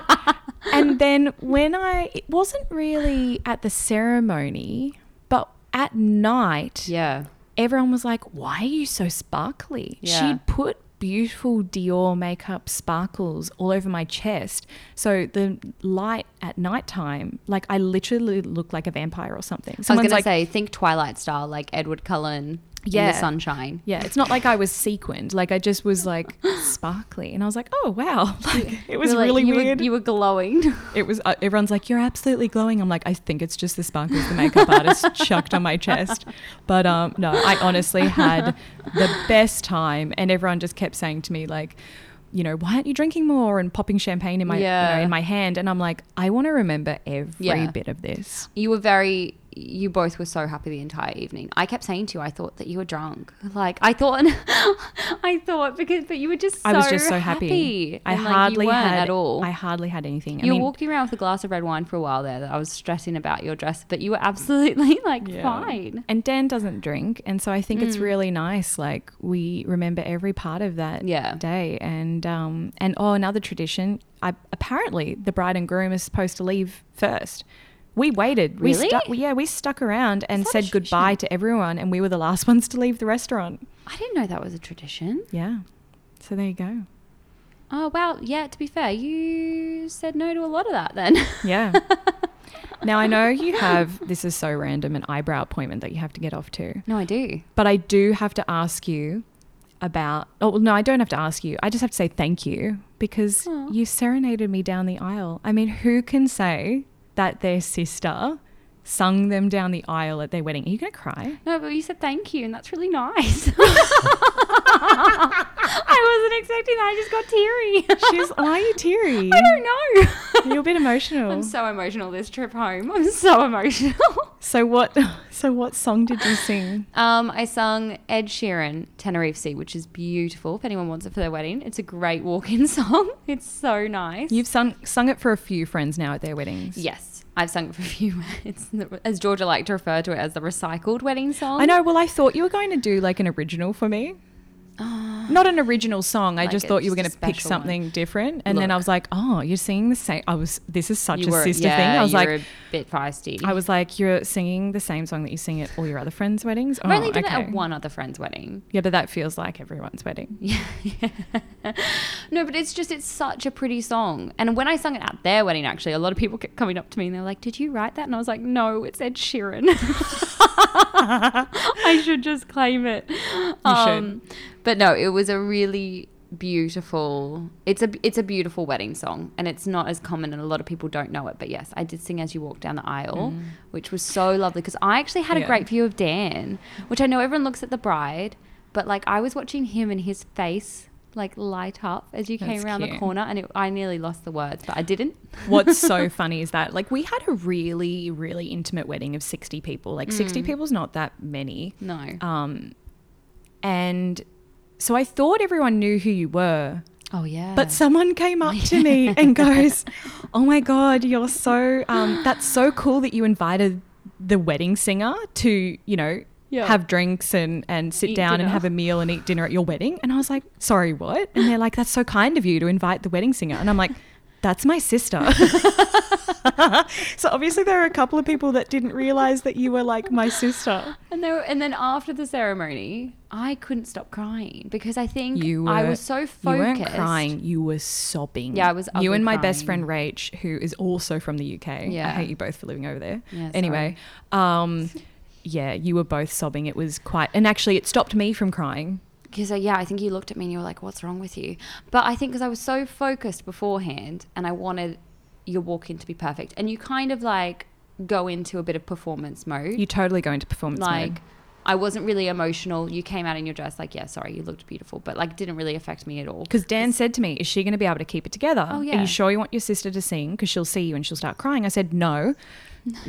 and then when I, it wasn't really at the ceremony, but at night,
Yeah.
everyone was like, why are you so sparkly?
Yeah.
She'd put beautiful Dior makeup sparkles all over my chest. So the light at nighttime, like I literally looked like a vampire or something.
I was
Someone's
gonna
like,
say, think Twilight style, like Edward Cullen in
Yeah.
the sunshine.
Yeah, it's not like I was sequined. Like I just was like sparkly, and I was like, "Oh wow!" Like it was
You're like-
really
you
weird.
Were, you were glowing.
it was. Uh, everyone's like, "You're absolutely glowing." I'm like, "I think it's just the sparkles the makeup artist chucked on my chest." But um, no, I honestly had the best time, and everyone just kept saying to me like. You know, why aren't you drinking more and popping champagne in my you know,
Yeah.
in my hand? And I'm like, I want to remember every
Yeah.
bit of this.
You were very. You both were so happy the entire evening. I kept saying to you, I thought that you were drunk. Like I thought, I thought because, but you were just. So
I was just so happy. I
and, like, you
hardly
weren't
had
at all.
I hardly had anything. I
you were
mean,
walking around with a glass of red wine for a while there. That I was stressing about your dress, but you were absolutely like
Yeah.
fine.
And Dan doesn't drink, and so I think it's
Mm.
really nice. Like we remember every part of that
Yeah.
day, and um, and oh, another tradition. I apparently the bride and groom is supposed to leave first. We waited. We
Really?
stuck. Yeah, we stuck around and
Is that a
said goodbye to everyone, and we were the last ones to leave the restaurant.
I didn't know that was a tradition.
Yeah. So there you go.
Oh, wow. Yeah, to be fair, you said no to a lot of that then.
Yeah. now I know you have this is so random an eyebrow appointment that you have to get off to.
no, I do.
But I do have to ask you about oh well, no, I don't have to ask you. I just have to say thank you because
Aw.
you serenaded me down the aisle. I mean, who can say that their sister sung them down the aisle at their wedding? Are you going to cry?
No, but you said thank you, and that's really nice. I wasn't expecting that. I just got teary.
She's why are you teary?
I don't know.
You're a bit emotional.
I'm so emotional this trip home. I'm so emotional.
So what so what song did you sing?
Um, I sung Ed Sheeran, Tenerife Sea, which is beautiful. If anyone wants it for their wedding, it's a great walk-in song. It's so nice.
You've sung sung it for a few friends now at their weddings.
Yes, I've sung it for a few. It's the, as Georgia liked to refer to it as the recycled wedding song.
I know. Well, I thought you were going to do like an original for me.
Ah.
Not an original song. I
Like
just
a-
thought you were going
just
to
a
pick
special one.
something different. And then I
Look.
was like, oh, you're singing the same. I was, this is such
You
a
were-
sister thing.
yeah,
I was
you
like,
were a bit feisty.
I was like, you're singing the same song that you sing at all your other friends' weddings. Oh,
I've only done
okay.
it at one other friend's wedding.
Yeah, but that feels like everyone's wedding.
Yeah. no, but it's just, it's such a pretty song. And when I sung it at their wedding, actually, a lot of people kept coming up to me and they were like, Did you write that? And I was like, No, it's Ed Sheeran. I should just claim it. You Um, But no, it was a really beautiful it's a it's a beautiful wedding song and it's not as common and a lot of people don't know it but yes I did sing as you walk down the aisle which was so lovely because I actually had
Mm.
a
Yeah.
great view of Dan which I know everyone looks at the bride but like I was watching him and his face like light up as you came
That's
around the
cute.
corner and it, I nearly lost the words but I didn't
What's so funny is that, like, we had a really, really intimate wedding of 60 people. Like,
Mm.
60 people's not that many.
no
Um, and so I thought everyone knew who you were.
oh yeah
But someone came up to me and goes, "Oh my god, you're so um, that's so cool that you invited the wedding singer to you know
Yeah.
have drinks and and sit
Eat
down
dinner.
and have a meal and eat dinner at your wedding." And I was like, "Sorry, what?" And they're like, "That's so kind of you to invite the wedding singer." And I'm like. That's my sister. so obviously there are a couple of people that didn't realize that you were like my sister.
And, they were, and then after the ceremony, I couldn't stop crying because I think
You
I
were-
was so focused.
You weren't crying, you were sobbing.
Yeah, I was
You
ugly
and my best
crying.
friend Rach, who is also from the UK. I
Yeah.
hate you both for living over there.
Yeah, sorry.
anyway, um, yeah, you were both sobbing. It was quite, and actually, it stopped me from crying.
Because, uh, yeah, I think you looked at me and you were like, what's wrong with you? But I think because I was so focused beforehand and I wanted your walk in to be perfect. And you kind of like go into a bit of performance mode.
You totally go into performance
like,
mode.
I wasn't really emotional. You came out in your dress, like, yeah, sorry, you looked beautiful, but like, didn't really affect me at all.
Because Dan said to me, "Is she going to be able to keep it together?
Oh,
Are
yeah.
you sure you want your sister to sing? Because she'll see you and she'll start crying." I said, "No,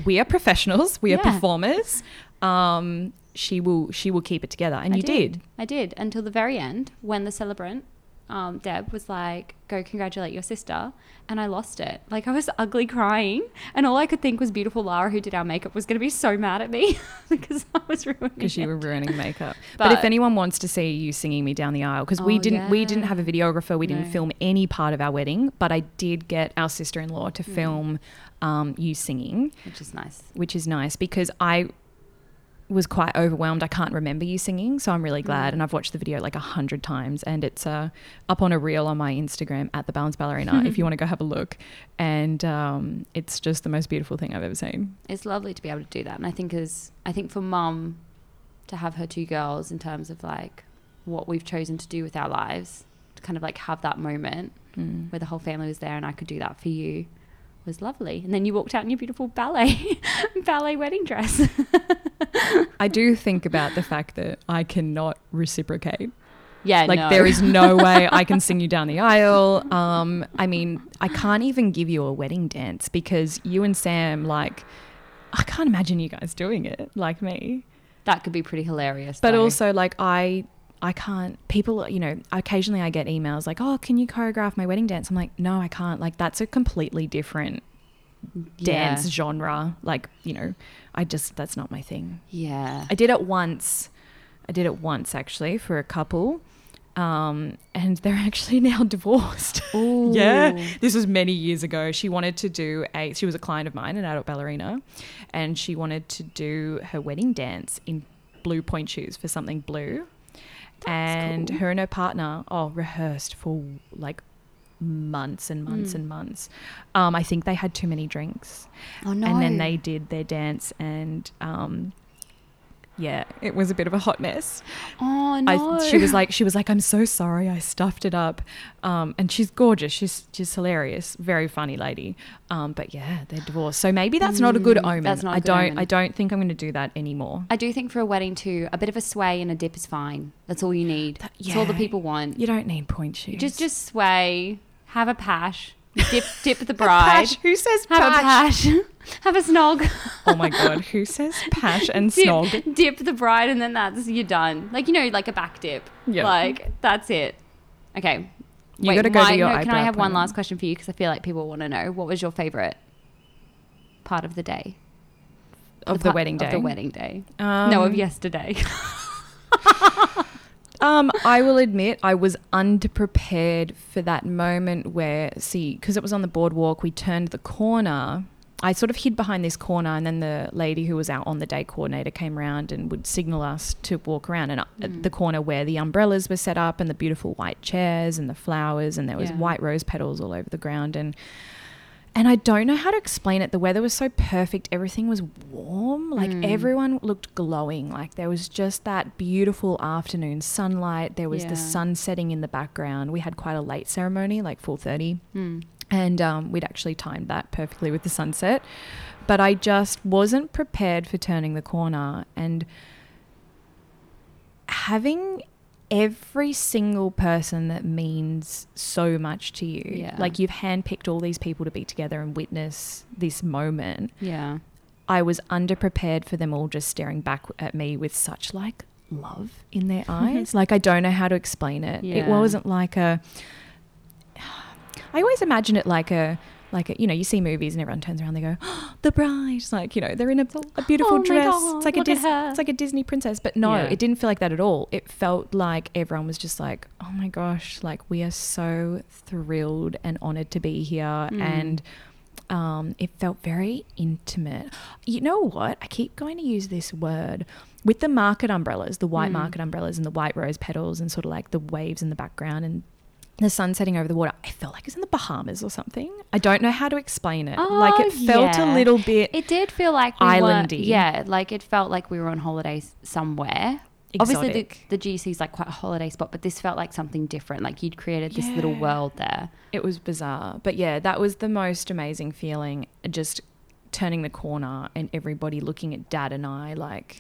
we are professionals. We are
Yeah.
performers. Um, she will. She will keep it together." And
I
you did.
I did until the very end when the celebrant, um, Deb, was like, "Go congratulate your sister," and I lost it. Like I was ugly crying, and all I could think was beautiful Lara, who did our makeup, was going to be so mad at me because I was ruining.
because you
it.
were ruining makeup. but, if
But-
anyone wants to see you singing me down the aisle, because we
Oh,
didn't we didn't
yeah.
have a videographer, we didn't
No.
film any part of our wedding, but I did get our sister in law to
Hmm.
film um, you singing,
which is nice.
which is nice because I was quite overwhelmed. I can't remember you singing, so I'm really
Hmm.
glad. And I've watched the video like a hundred times, and it's uh, up on a reel on my Instagram at the Balance Ballerina. if you want to go have a look, and um, it's just the most beautiful thing I've ever seen.
It's lovely to be able to do that, and I think as I think for mum to have her two girls in terms of like what we've chosen to do with our lives, to kind of like have that moment
Mm.
where the whole family was there and I could do that for you was lovely. And then you walked out in your beautiful ballet ballet wedding dress.
I do think about the fact that I cannot reciprocate.
Yeah,
like
no.
there is no way I can sing you down the aisle. Um, I mean, I can't even give you a wedding dance because you and Sam like. I can't imagine you guys doing it like me.
that could be pretty hilarious.
But
though.
also like I I can't people, you know, occasionally I get emails like, "Oh, can you choreograph my wedding dance?" I'm like, "No, I can't." Like that's a completely different
Yeah.
dance genre. Like, you know, I just that's not my thing.
Yeah.
I did it once. I did it once actually for a couple. Um, and they're actually now divorced.
Ooh.
yeah. This was many years ago. She wanted to do a she was a client of mine, an adult ballerina, and she wanted to do her wedding dance in blue point shoes for something blue.
That's
and
cool.
her and her partner oh rehearsed for like months and months
Hmm.
and months. Um, I think they had too many drinks.
Oh no!
And then they did their dance and um, yeah, it was a bit of a hot mess.
Oh no!
I, she was like, she was like, I'm so sorry, I stuffed it up. Um, and she's gorgeous. She's she's hilarious, very funny lady. Um, but yeah, they're divorced. So maybe that's not a good
Mm,
omen.
that's not a
I
good
don't.
omen.
I don't think I'm going to do that anymore.
I do think for a wedding too, a bit of a sway and a dip is fine. That's all you need.
That-
That's all the
yeah.
people want.
You don't need point shoes.
Just just sway, have a pash, dip dip the bride,
Pash. Who says
have a
pash?
pash, have a snog,
oh my god, who says pash and snog?
dip, dip the bride, and then that's you're done. Like you know, like a back dip.
Yeah.
Like that's it. Okay.
You gotta go to
my-
your
no, Can I
eyebrow
have one
appointment.
last question for you? Because I feel like people want to know what was your favorite part of the day
Of the
part-
wedding day.
Of the wedding day.
Um,
no, of yesterday.
Um, I will admit I was underprepared for that moment where, see, because it was on the boardwalk, we turned the corner. I sort of hid behind this corner, and then the lady who was our on the day coordinator came round and would signal us to walk around. And uh, at the corner where the umbrellas were set up, and the beautiful white chairs, and the flowers, and there was
Yeah.
white rose petals all over the ground. And and I don't know how to explain it. The weather was so perfect. Everything was warm. Like
Mm.
everyone looked glowing. Like there was just that beautiful afternoon sunlight. There was
Yeah.
the sun setting in the background. We had quite a late ceremony, like 4:30,
Hmm.
and um, we'd actually timed that perfectly with the sunset. But I just wasn't prepared for turning the corner and having every single person that means so much to you.
Yeah.
Like you've handpicked all these people to be together and witness this moment.
Yeah.
I was underprepared for them all just staring back at me with such like love in their eyes. like I don't know how to explain it. It
Yeah.
wasn't like a I always imagine it like a like a, you know, you see movies and everyone turns around, they go, oh, "The bride!" It's like you know, they're in a, a beautiful
Oh my
dress.
God,
it's like a
look at
Dis-
her.
it's like a Disney princess. But no,
Yeah.
it didn't feel like that at all. It felt like everyone was just like, "Oh my gosh!" Like we are so thrilled and honored to be here,
Mm.
and um, it felt very intimate. You know what? I keep going to use this word with the market umbrellas, the white
Mm.
market umbrellas, and the white rose petals, and sort of like the waves in the background and the sun setting over the water. I felt like it was in the Bahamas or something. I don't know how to explain it. like it
Oh,
felt a
yeah.
little bit.
It did feel like we were-
Islandy.
yeah, like it felt like we were on holidays somewhere. Obviously,
Exotic.
the, the GC is like quite a holiday spot, but this felt like something different. Like you'd created this little
Yeah.
world there.
It was bizarre. But yeah, that was the most amazing feeling. Just turning the corner and everybody looking at dad and I like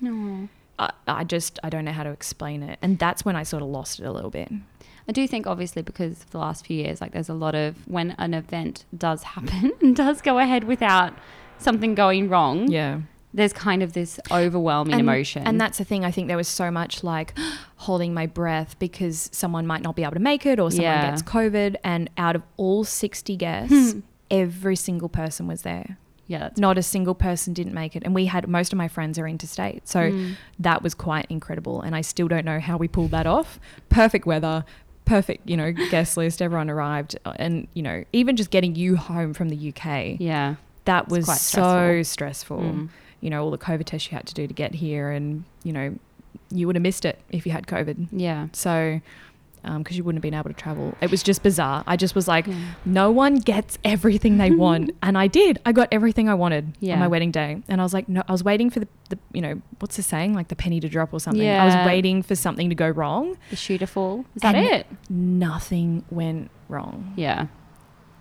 I, I just I don't know how to explain it. And that's when I sort of lost it a little bit.
I do think, obviously, because of the last few years, like there's a lot of when an event does happen and does go ahead without something going wrong,
Yeah.
there's kind of this overwhelming
and,
emotion.
And that's the thing. I think there was so much like holding my breath because someone might not be able to make it or someone
Yeah.
gets COVID. And out of all 60 guests, every single person was there.
yeah, that's
Not a single person didn't make it. And we had most of my friends are interstate. So
Mm.
that was quite incredible. And I still don't know how we pulled that off. Perfect weather. Perfect, you know, guest list. Everyone arrived, uh, and you know, even just getting you home from the UK,
yeah.
that
It's
was
quite
so stressful.
Mm.
You know, all the COVID tests you had to do to get here, and you know, you would have missed it if you had COVID.
Yeah.
So, because you wouldn't have been able to travel, it was just bizarre. I just was like,
Yeah.
no one gets everything they want, and I did. I got everything I wanted
Yeah.
on my wedding day, and I was like, no, I was waiting for the, the you know, what's the saying, like the penny to drop or something. I
Yeah.
was waiting for something to go wrong.
The shooter fall. Is that
And-
it?
Nothing went wrong
Yeah.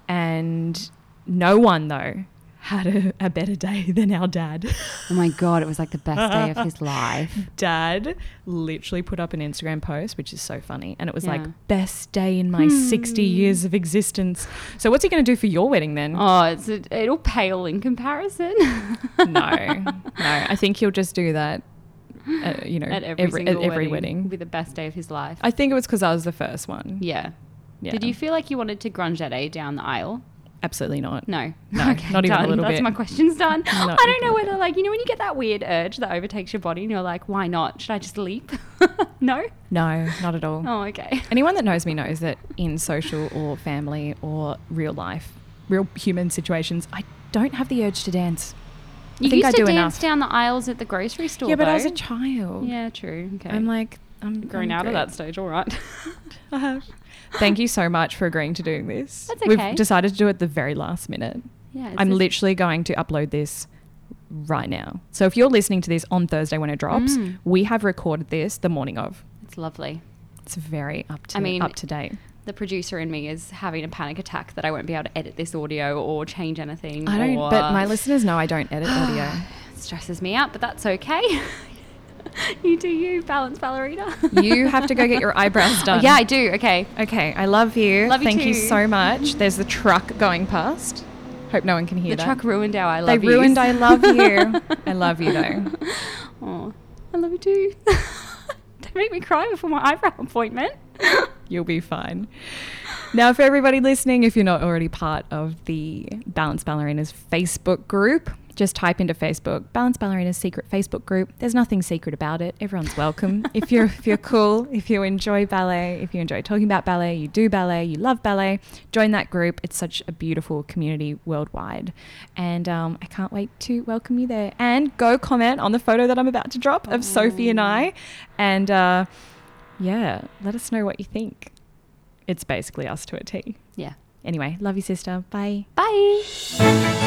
and no one though had a, a better day than our dad.
Oh my God, it was like the best day of his life.
Dad literally put up an Instagram post, which is so funny, and it was
Yeah.
like best day in my 60 years of existence. So what's he going to do for your wedding then?
Oh, it's a, it'll pale in comparison.
no, no. I think he'll just do that. Uh, you know,
at every single
at every
wedding,
wedding.
Be the best day of his life.
I think it was because I was the first one.
yeah.
Yeah.
Did you feel like you wanted to grunge that A down the aisle?
Absolutely not.
No.
No, not even a
done.
little
That's
bit.
my question's done.
Not
I
even
don't
a
know whether, like, you know, when you get that weird urge that overtakes your body and you're like, why not? Should I just leap? no?
No, not at all.
Oh, okay.
Anyone that knows me knows that in social or family or real life, real human situations, I don't have the urge to dance.
You
think
used
I
to
do
dance
enough.
down the aisles at the grocery store.
yeah, but I was
though.
a child.
Yeah, true. Okay.
I'm like, I'm
grown
I'm
out of
great.
that stage, all right.
I have. Thank you so much for agreeing to doing this.
That's okay.
We've decided to do it the very last minute.
Yeah,
I'm
this-
literally going to upload this right now. So if you're listening to this on Thursday when it drops,
Mm.
we have recorded this the morning of.
It's lovely.
It's very up to
I mean-
up to date.
The producer in me is having a panic attack that I won't be able to edit this audio or change anything.
I don't
or-
but my listeners know I don't edit audio.
It stresses me out, but that's okay. you do you, balance ballerina.
You have to go get your eyebrows
Oh,
done.
yeah, I do. Okay.
Okay, I love you.
Love you
Thank you
too.
so much. There's the truck going past. Hope no one can hear
The
that.
truck ruined our I
They
love you.
ruined I love you. I love you though.
Oh, I love you too. don't make me cry before my eyebrow appointment.
You'll be fine. Now, for everybody listening, if you're not already part of the Balance Ballerinas Facebook group, just type into Facebook Balance Ballerinas secret Facebook group. There's nothing secret about it. Everyone's welcome. if you're if you're cool, if you enjoy ballet, if you enjoy talking about ballet, you do ballet, you love ballet, join that group. It's such a beautiful community worldwide, and um, I can't wait to welcome you there. And go comment on the photo that I'm about to drop of Sophie and I, and. Uh, yeah, let us know what you think. It's basically us to a T.
Yeah.
Anyway, love you, sister. Bye.
Bye.